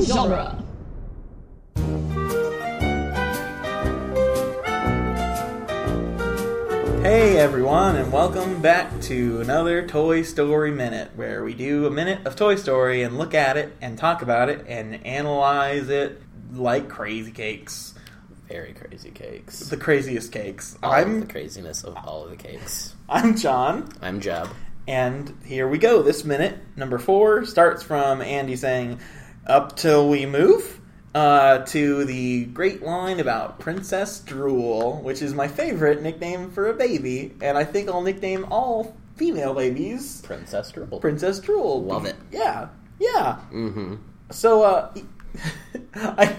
genre. Hey everyone, and welcome back to another Toy Story Minute, where we do a minute of Toy Story and look at it and talk about it and analyze it like crazy cakes. Very crazy cakes. The craziest cakes. All of the I'm craziness of all of the cakes. I'm John, I'm Jeb. and here we go. This minute, number four, starts from Andy saying, Up till we move. Uh, to the great line about Princess Drool, which is my favorite nickname for a baby, and I think I'll nickname all female babies Princess Dribble. Princess Drool. Love it. Yeah, yeah. mm-hmm. So, uh, he, I,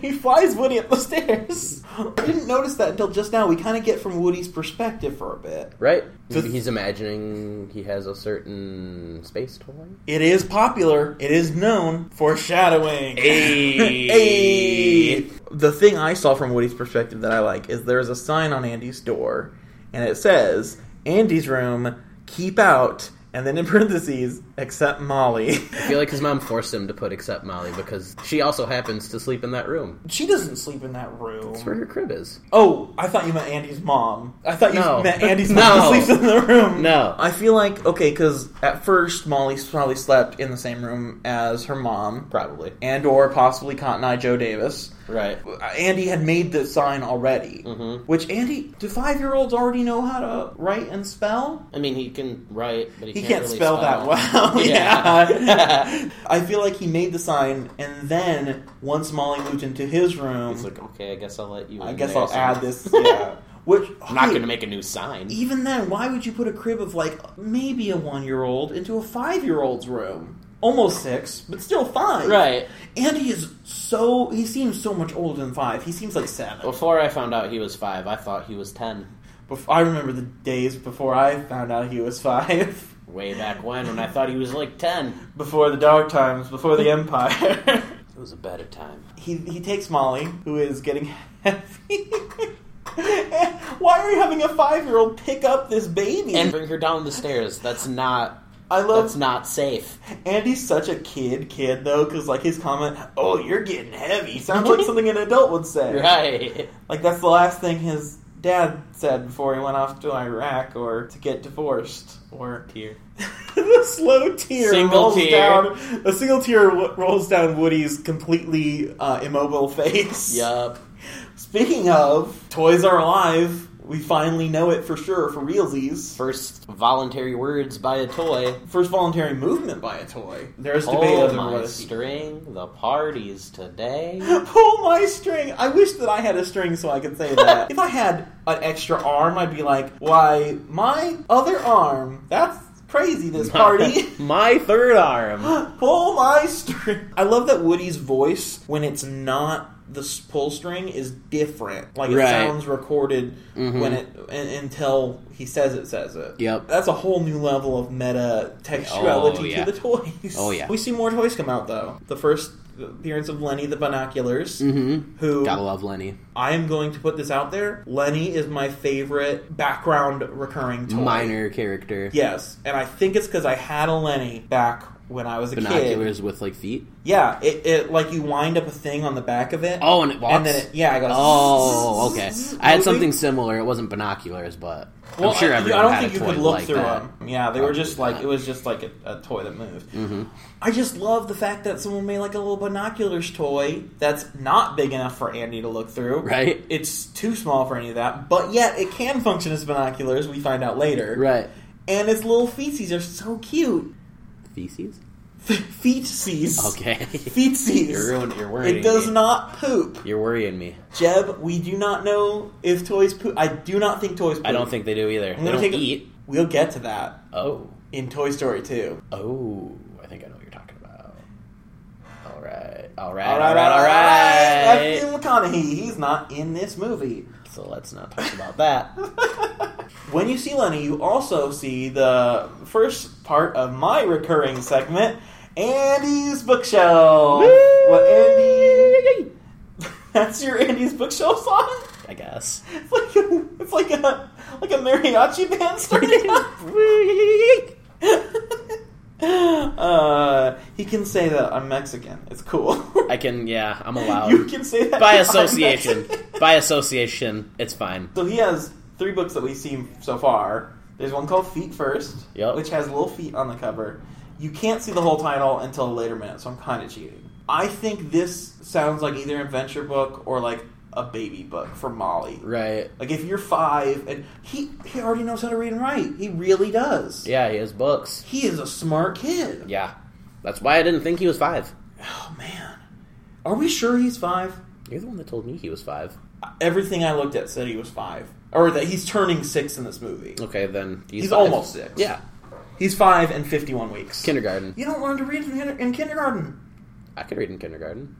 he flies Woody up the stairs. I didn't notice that until just now. We kind of get from Woody's perspective for a bit. Right? So- He's imagining he has a certain space toy. It is popular. It is known foreshadowing. Ayy. Ayy. The thing I saw from Woody's perspective that I like is there's a sign on Andy's door, and it says Andy's room. Keep out, and then in parentheses, except Molly. I feel like his mom forced him to put Except Molly because she also happens to sleep in that room. she doesn't sleep in that room. That's where her crib is. Oh, I thought you meant Andy's mom. I thought you No. meant Andy's No. mom sleeps in the room. No. I feel like okay, because at first Molly probably slept in the same room as her mom, Probably. and or possibly Cotton Eye Joe Davis. Right. Andy had made the sign already, Mhm. which Andy, do five year olds already know how to write and spell? I mean, he can write, but he, He can't, can't really spell that well. Yeah. yeah. I feel like he made the sign, and then once Molly moved into his room, He's like, okay, I guess I'll let you. I in guess there I'll add somewhere." this. Yeah. Which I'm not okay, going to make a new sign. Even then, why would you put a crib of like maybe a one-year-old into a five-year-old's room? Almost six, but still five. Right. Andy is so he seems so much older than five. He seems like seven. Before I found out he was five, I thought he was ten. Bef- I remember the days before I found out he was five. Way back when, when I thought he was like ten. Before the dark times, before the empire. It was a better time. he he takes Molly, who is getting heavy. Why are you having a five-year-old pick up this baby? And bring her down the stairs. That's not. I love That's not safe. Andy's such a kid kid though, because like his comment, "Oh, you're getting heavy," sounds like something an adult would say. Right. Like that's the last thing his dad said before he went off to Iraq or to get divorced or Tear. the slow tear Single rolls tear. down. A single tear w- rolls down Woody's completely uh, immobile face. Yup. Speaking of, toys are alive. We finally know it for sure for realsies. First voluntary words by a toy. First voluntary movement by a toy. Oh There's debate Pull over my what a string. The party's today. Pull my string. I wish that I had a string so I could say that. if I had an extra arm, I'd be like, why, my other arm? That's crazy, this party. my third arm. pull my string. I love that Woody's voice, when it's not the s- pull string, is different. Like, it Right. sounds recorded Mhm. when it un- until he says it says it. Yep. That's a whole new level of meta textuality Oh, yeah. to the toys. Oh, yeah. We see more toys come out, though. The first appearance of Lenny the binoculars Mm-hmm. who love Lenny. I am going to put this out there. Lenny is my favorite background recurring toy. character. Yes, and I think it's because I had a Lenny back when I was a kid. with like feet. Yeah, it, it like you wind up a thing on the back of it. Oh, and it walks. And then it, yeah, I go. Oh, okay. I had Moving. something similar. It wasn't binoculars, but Well, I'm sure I- everyone I don't had think a you toy could look like through that. them. Yeah, they were Probably just like not. it was just like a, a toy that moved. Mm-hmm. I just love the fact that someone made like a little binoculars toy that's not big enough for Andy to look through. Right. It's too small for any of that, but yet it can function as binoculars, we find out later. Right. And its little feetsies are so cute. Feces. F- feetsies. Okay. Feetsies. You're ruined. You're worrying. it does me. not poop. You're worrying me. Jeb, we do not know if toys poop. I do not think toys poop. I don't think they do either. I'm gonna They don't take a- eat. We'll get to that Oh. in Toy Story 2. Oh. I think I know what you're talking about. All right. All right. All All right. All right. Matthew McConaughey, he's not in this movie. So let's not talk about that. when you see Lenny, you also see the first part of my recurring segment, Andy's bookshelf. What Andy? That's your Andy's bookshelf song. I guess. It's like a, it's like a like a mariachi band starting. up. uh, He can say that I'm Mexican. It's cool. I can, yeah, I'm allowed. you can say that By I'm association. Mexican. By association, it's fine. so he has three books that we've seen so far. There's one called Feet First, Yep. which has little feet on the cover. You can't see the whole title until a later minute, so I'm kind of cheating. I think this sounds like either an adventure book or like a baby book for Molly. Right. Like if you're five and he he already knows how to read and write. He really does. Yeah, he has books. He is a smart kid. Yeah. That's why I didn't think he was five. Oh man. Are we sure he's five? You're the one that told me he was five. Everything I looked at said he was five. Or that he's turning six in this movie. Okay, then He's five. almost six. Yeah, He's five and fifty one weeks. kindergarten. you don't learn to read in, kinder- in kindergarten. I could read in kindergarten.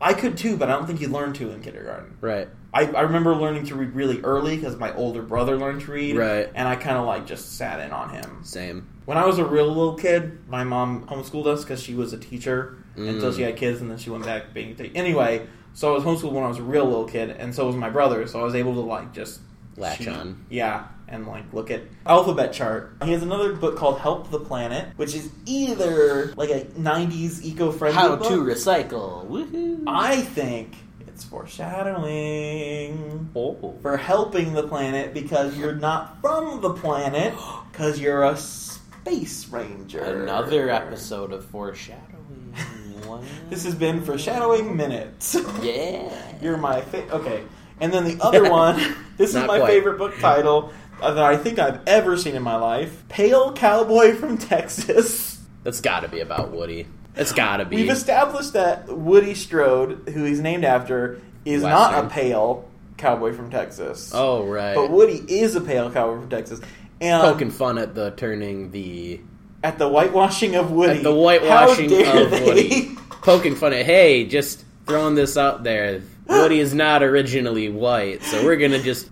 I could too, but I don't think you learn to in kindergarten. Right. I, I remember learning to read really early because my older brother learned to read. Right. And I kind of like just sat in on him. Same. When I was a real little kid, my mom homeschooled us because she was a teacher until she had kids, and then she went back being a teacher. Anyway, so I was homeschooled when I was a real little kid, and so was my brother. So I was able to like just Latch on. yeah, and like look at alphabet chart. He has another book called Help the Planet, which is either like a '90s eco-friendly How book. to recycle. Woohoo. I think it's foreshadowing oh. for helping the planet because you're not from the planet because you're a space ranger. Another episode of foreshadowing. Wow. This has been foreshadowing minutes. yeah. you're my fa- okay. And then the other one. This is Not my quite. favorite book title uh, that I think I've ever seen in my life. Pale Cowboy from Texas. That's got to be about Woody. That's got to be. We've established that Woody Strode, who he's named after, is not a Western. pale cowboy from Texas. oh right. Oh, But Woody is a pale cowboy from Texas. And Poking fun at the turning the at the whitewashing of Woody. at the whitewashing How dare of they? Woody. Poking fun at hey, just throwing this out there. Woody is not originally white, so we're gonna just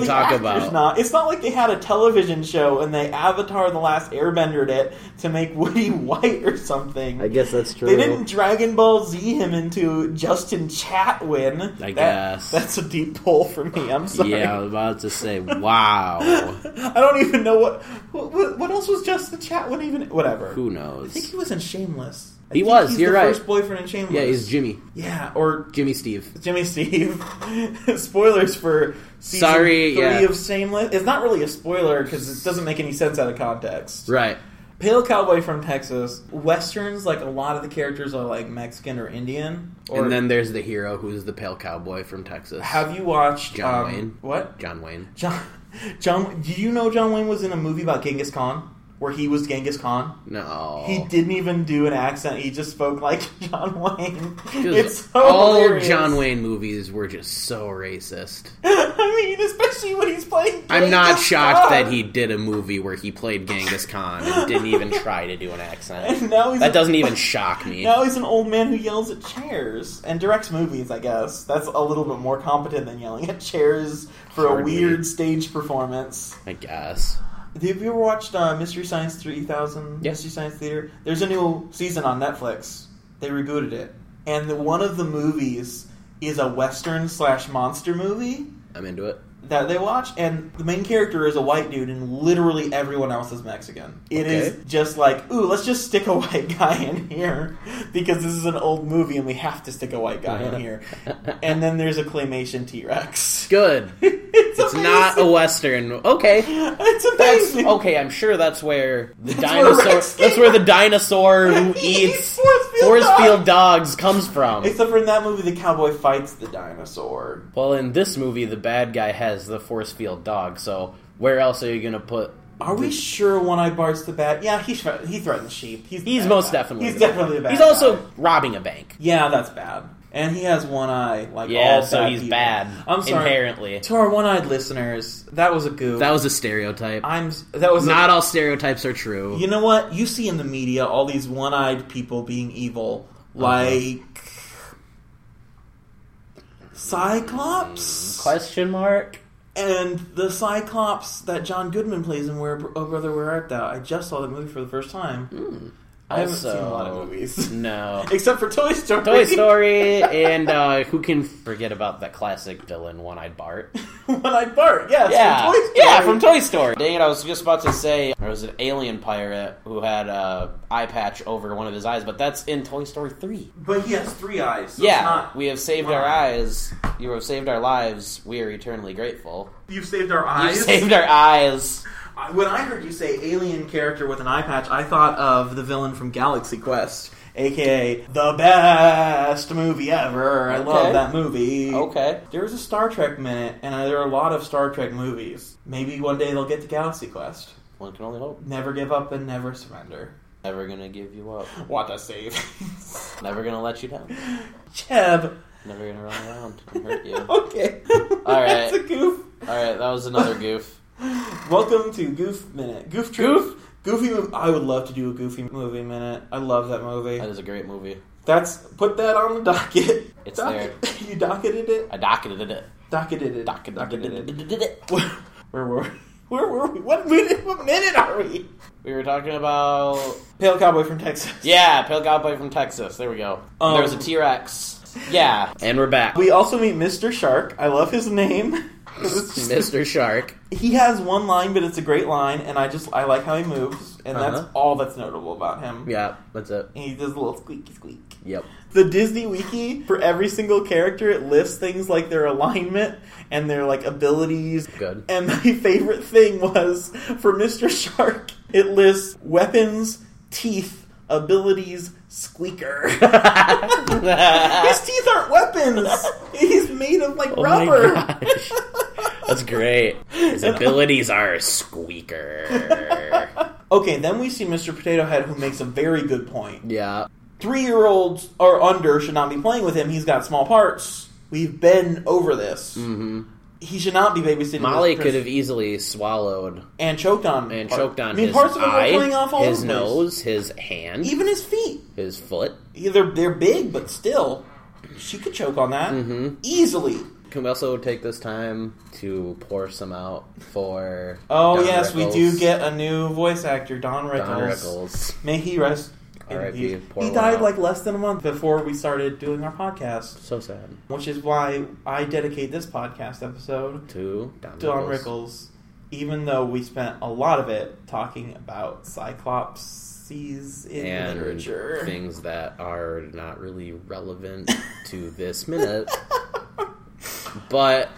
Well, the talk actor's about. Not. It's not like they had a television show and they Avatar the Last Airbendered it to make Woody white or something. guess that's true. They didn't Dragon Ball Z him into Justin Chatwin. I That- guess. that's a deep pull for me. I'm sorry. Yeah, I was about to say wow. I don't even know what, what what else was Justin Chatwin even. Whatever. Who I think knows? he was in Shameless. I He think was, He's you're the right. First boyfriend in Shameless. Yeah, he's Jimmy. yeah, or Jimmy Steve. Jimmy Steve. Spoilers for season Sorry, three yeah. of Shameless. It's not really a spoiler because it doesn't make any sense out of context. Right. Pale cowboy from Texas. Westerns, like a lot of the characters are like Mexican or Indian. Or and then there's the hero who's the pale cowboy from Texas. have you watched John um, Wayne. What John Wayne. John? John? Do you know John Wayne was in a movie about Genghis Khan where he was Genghis Khan? No. He didn't even do an accent. He just spoke like John Wayne. Just It's so all hilarious. John Wayne movies were just so racist. I mean, especially when he's playing. I'm not Genghis shocked Khan. that he did a movie where he played Genghis Khan and didn't even try to do an accent. And now he's That doesn't even shock me. Now he's an old man who yells at chairs and directs movies. I guess that's a little bit more competent than yelling at chairs for a Hard movie. weird stage performance. I guess. Have you ever watched uh, Mystery Science Three Thousand? Yeah. Mystery Science Theater. There's a new season on Netflix. They rebooted it, and the, one of the movies is a western slash monster movie I'm into it. that they watch, and the main character is a white dude, and literally everyone else is Mexican. It is Okay. just like, ooh, let's just stick a white guy in here because this is an old movie, and we have to stick a white guy in here. and then there's a claymation T Rex. Good. it's It's not a amazing. western. Okay. It's That's amazing. okay. I'm sure that's where the That's where dinosaur. Rex came that's where the dinosaur who He eats Forrest Field Forest dogs. Field dogs comes from. Except for in that movie, the cowboy fights the dinosaur. Well, in this movie, the bad guy has the force field dog. So where else are you gonna put? Are we sure One Eye Bart's the bat? Yeah, he sh- he threatens sheep. He's, the He's bad most guy. definitely. He's the- definitely a bad. He's guy. also robbing a bank. Yeah, that's bad. And he has one eye, like Yeah, all so bad he's people. bad. I'm sorry Inherently, to our one-eyed listeners. That was a goof. that was a stereotype. I'm. That was Not all stereotypes are true. A, you know what you see in the media? All these one-eyed people being evil, like Cyclops Question mark. and the Cyclops that John Goodman plays in Where Oh Brother Where Art Thou? I just saw the movie for the first time. I haven't seen Hmm. Also- a lot of movies. No. Except for Toy Story. Toy Story, and uh, who can forget about that classic villain, One Eyed Bart? One Eyed Bart. Yes. Yeah, From Toy Story. yeah, from Toy Story. Dang it, I was just about to say there was an alien pirate who had a eye patch over one of his eyes, but that's in Toy Story three. But he has three eyes. So yeah, It's not, we have saved our eyes. You have saved our lives. We are eternally grateful. you've saved our You eyes. saved our eyes. I- When I heard you say alien character with an eye patch, I thought of the villain from Galaxy Quest, aka the best movie ever. I Okay. love that movie. Okay. There was a Star Trek minute, and I- there are a lot of Star Trek movies. Maybe one day they'll get to Galaxy Quest. One can only hope. Never give up and never surrender. Never gonna give you up. What a save. Never gonna let you down. Cheb. Never gonna run around and hurt you. All okay. right. That's a goof. right, that was another goof. Welcome to Goof Minute. Goof Truth. Goofy movie. I would love to do a Goofy movie minute. I love that movie. That is a great movie. That's put that on the docket. It's You docketed it. I docketed it. Docketed it. Docketed it. Docketed it. Where where were we? Where were we? What minute? What minute are we? We were talking about Pale cowboy from Texas. yeah, pale cowboy from Texas. There we go. Um, there was a T Rex. Yeah, and we're back. We also meet Mr. Shark. I love his name. It's just- Mr. Shark. he has one line, but it's a great line, and I just I like how he moves, and Uh-huh. that's all that's notable about him. Yeah, that's it. He does a little squeaky squeak. Yep. The Disney Wiki for every single character it lists things like their alignment and their like abilities Good. And my favorite thing was for Mr. Shark, it lists weapons, teeth, abilities, squeaker. His teeth aren't weapons. He's made of like Oh my rubber. gosh. That's great. His abilities are a squeaker. okay, then we see Mr. Potato Head who makes a very good point. Yeah. Three year olds or under should not be playing with him. He's got small parts. We've been over this. hmm He should not be babysitting. Molly Mr. could have easily swallowed and choked on and part- choked I on mean, his parts of him eye, were coming off all his over the place. nose, his hand, even his feet. his foot. Yeah, they're they're big, but still, she could choke on that Mm-hmm. easily. Can we also take this time to pour some out for? Oh Don yes, Rickles? we do get a new voice actor, Don Rickles. Don Rickles. May he rest. in R.I.P., peace. poor He one died out. like less than a month before we started doing our podcast, So sad. which is why I dedicate this podcast episode To Don, to Don Rickles, even though we spent a lot of it talking about Cyclopses in and literature. things that are not really relevant to this minute. but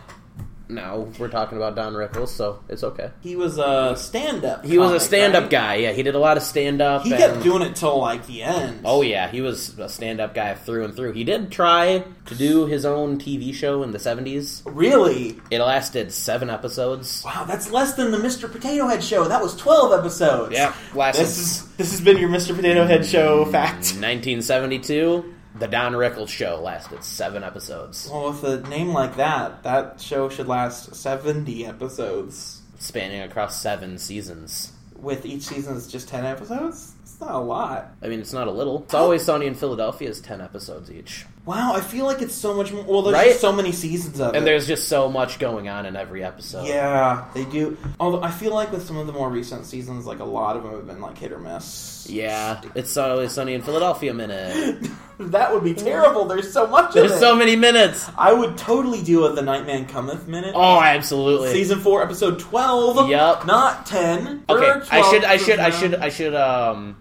no, we're talking about Don Rickles, so it's okay. He was a stand-up. He was a comic, stand-up right? guy. Yeah, he did a lot of stand-up. He and- kept doing it till like the end. Oh yeah, he was a stand-up guy through and through. He did try to do his own TV show in the '70s. Really? It lasted seven episodes. Wow, that's less than the Mr. Potato Head show. That was twelve episodes. Yeah, Mm, lasted This is this has been your Mr. Potato Head show fact. 1972. The Don Rickles Show lasted seven episodes, Well, with a name like that, that show should last seventy episodes. spanning across seven seasons. With each season is just ten episodes. It's not a lot. I mean, it's not a little. It's always Sunny in Philadelphia is ten episodes each, Wow, I feel like it's so much more. Well, there's Right? just so many seasons of it. and there's just so much going on in every episode. Yeah, they do. Although I feel like with some of the more recent seasons, like a lot of them have been like hit or miss. yeah. It's always Sunny in Philadelphia minute. that would be terrible. There's so much of There's it. so many minutes. I would totally do a The Nightman Cometh minute. Oh, absolutely. Season four, episode twelve. Yup. Not ten. okay, Or I 12 should, I should, I somehow. should, I should. Um,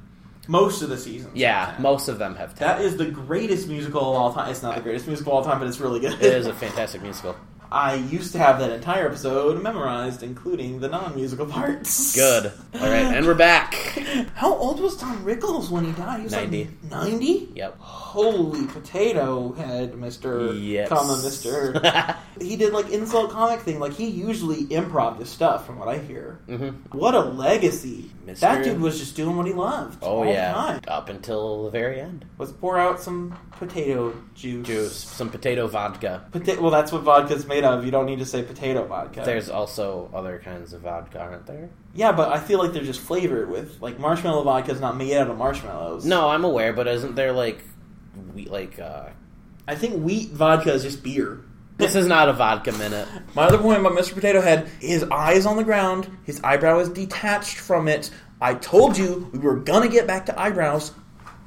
Most of the seasons. yeah, have 10. most of them have ten. That is the greatest musical of all time. It's not the greatest musical of all time, but it's really good. It is a fantastic musical. I used to have that entire episode memorized, including the non-musical parts. Good. All right, and we're back. How old was Tom Rickles when he died? He was 90. Ninety. Yep. Holy potato head, Mister. Yes. Comma, Mister. he did like insult comic thing. Like he usually improv his stuff, from what I hear. Mhm. What a legacy! Mr. That dude was just doing what he loved. Oh all yeah, The time. up until the very end. Let's pour out some potato juice. Juice, some potato vodka. Pota- well, that's what vodka's made of. You don't need to say potato vodka. There's also other kinds of vodka, aren't there? yeah, but I feel like they're just flavored with like marshmallow vodka's not made out of marshmallows. No, I'm aware, but isn't there like, we like? uh I think wheat vodka is just beer. This is not a vodka minute. My other point about Mr. Potato Head: his eye is on the ground, his eyebrow is detached from it. I told you we were gonna get back to eyebrows.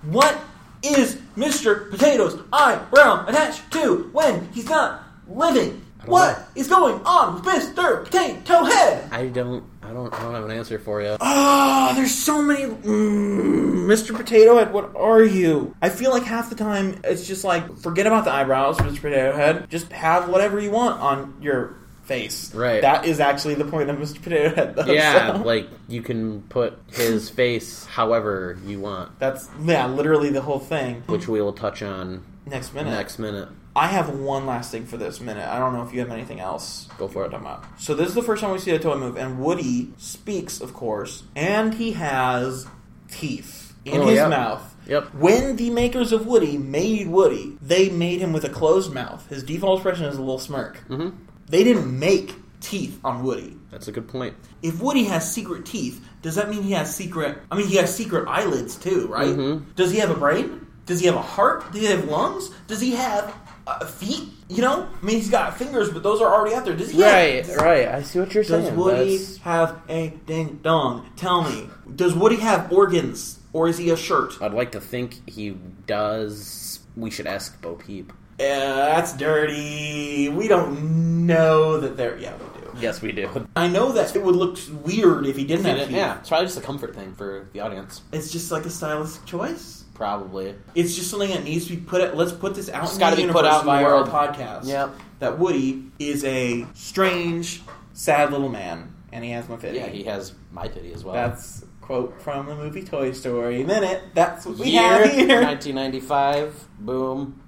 What is Mr. Potato's eyebrow attached to when he's not living? I don't What know. is going on with Mr. Potato Head? I don't, I don't, I don't have an answer for you. Ah, there's so many. Mm, Mr. Potato Head, what are you? I feel like half the time it's just like forget about the eyebrows, Mr. Potato Head. Just have whatever you want on your face. Right. That is actually the point of Mr. Potato Head, though. Yeah, so- like you can put his face however you want, that's yeah, literally the whole thing. which we will touch on Next minute. next minute. I have one last thing for this minute. I don't know if you have anything else. Go for it. I'm up. So this is the first time we see a toy move, and Woody speaks, of course, and he has teeth in Oh, his yep. mouth. Yep. When the makers of Woody made Woody, they made him with a closed mouth. His default expression is a little smirk. hmm They didn't make teeth on Woody. That's a good point. If Woody has secret teeth, does that mean he has secret? I mean, he has secret eyelids too, right? Mhm. Does he have a brain? Does he have a heart? Does he have lungs? Does he have uh, feet? You know, I mean, he's got fingers, but those are already out there. Does he? Right, Have, right. I see what you're Does saying. Woody That's- have a ding dong? Tell me. Does Woody have organs, or is he a shirt? Uh, I'd like to think he does. We should ask Bo Peep. that's dirty. We don't know that they're. Yeah, we do. Yes, we do. I know that it would look weird if he didn't have teeth. Yeah, it's probably just a comfort thing for the audience. It's just like a stylistic choice. Probably. It's just something that needs to be put. Out, let's put this out. It's in gotta the be put universe out in in the the world. podcast. Yep. That Woody is a strange, sad little man, and he has my pity. Yeah, he has my pity as well. That's a quote from the movie Toy Story. Minute. That's what we Year, have here. 1995. Boom.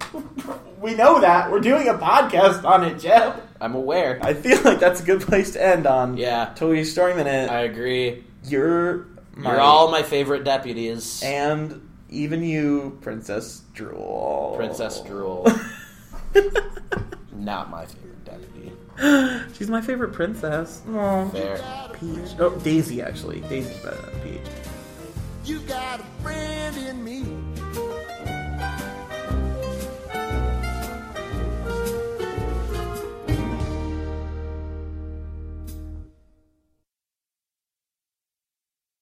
we know that we're doing a podcast on it, Jeff. I'm aware. I feel like that's a good place to end on. Yeah, Toy Story minute. I agree. You're my You're all my favorite deputies. and even you, Princess Drool. Princess Drool. Not my favorite deputy. She's my favorite princess. There. uh, Peach. Oh, Daisy actually. Daisy's better than Peach. You got a friend.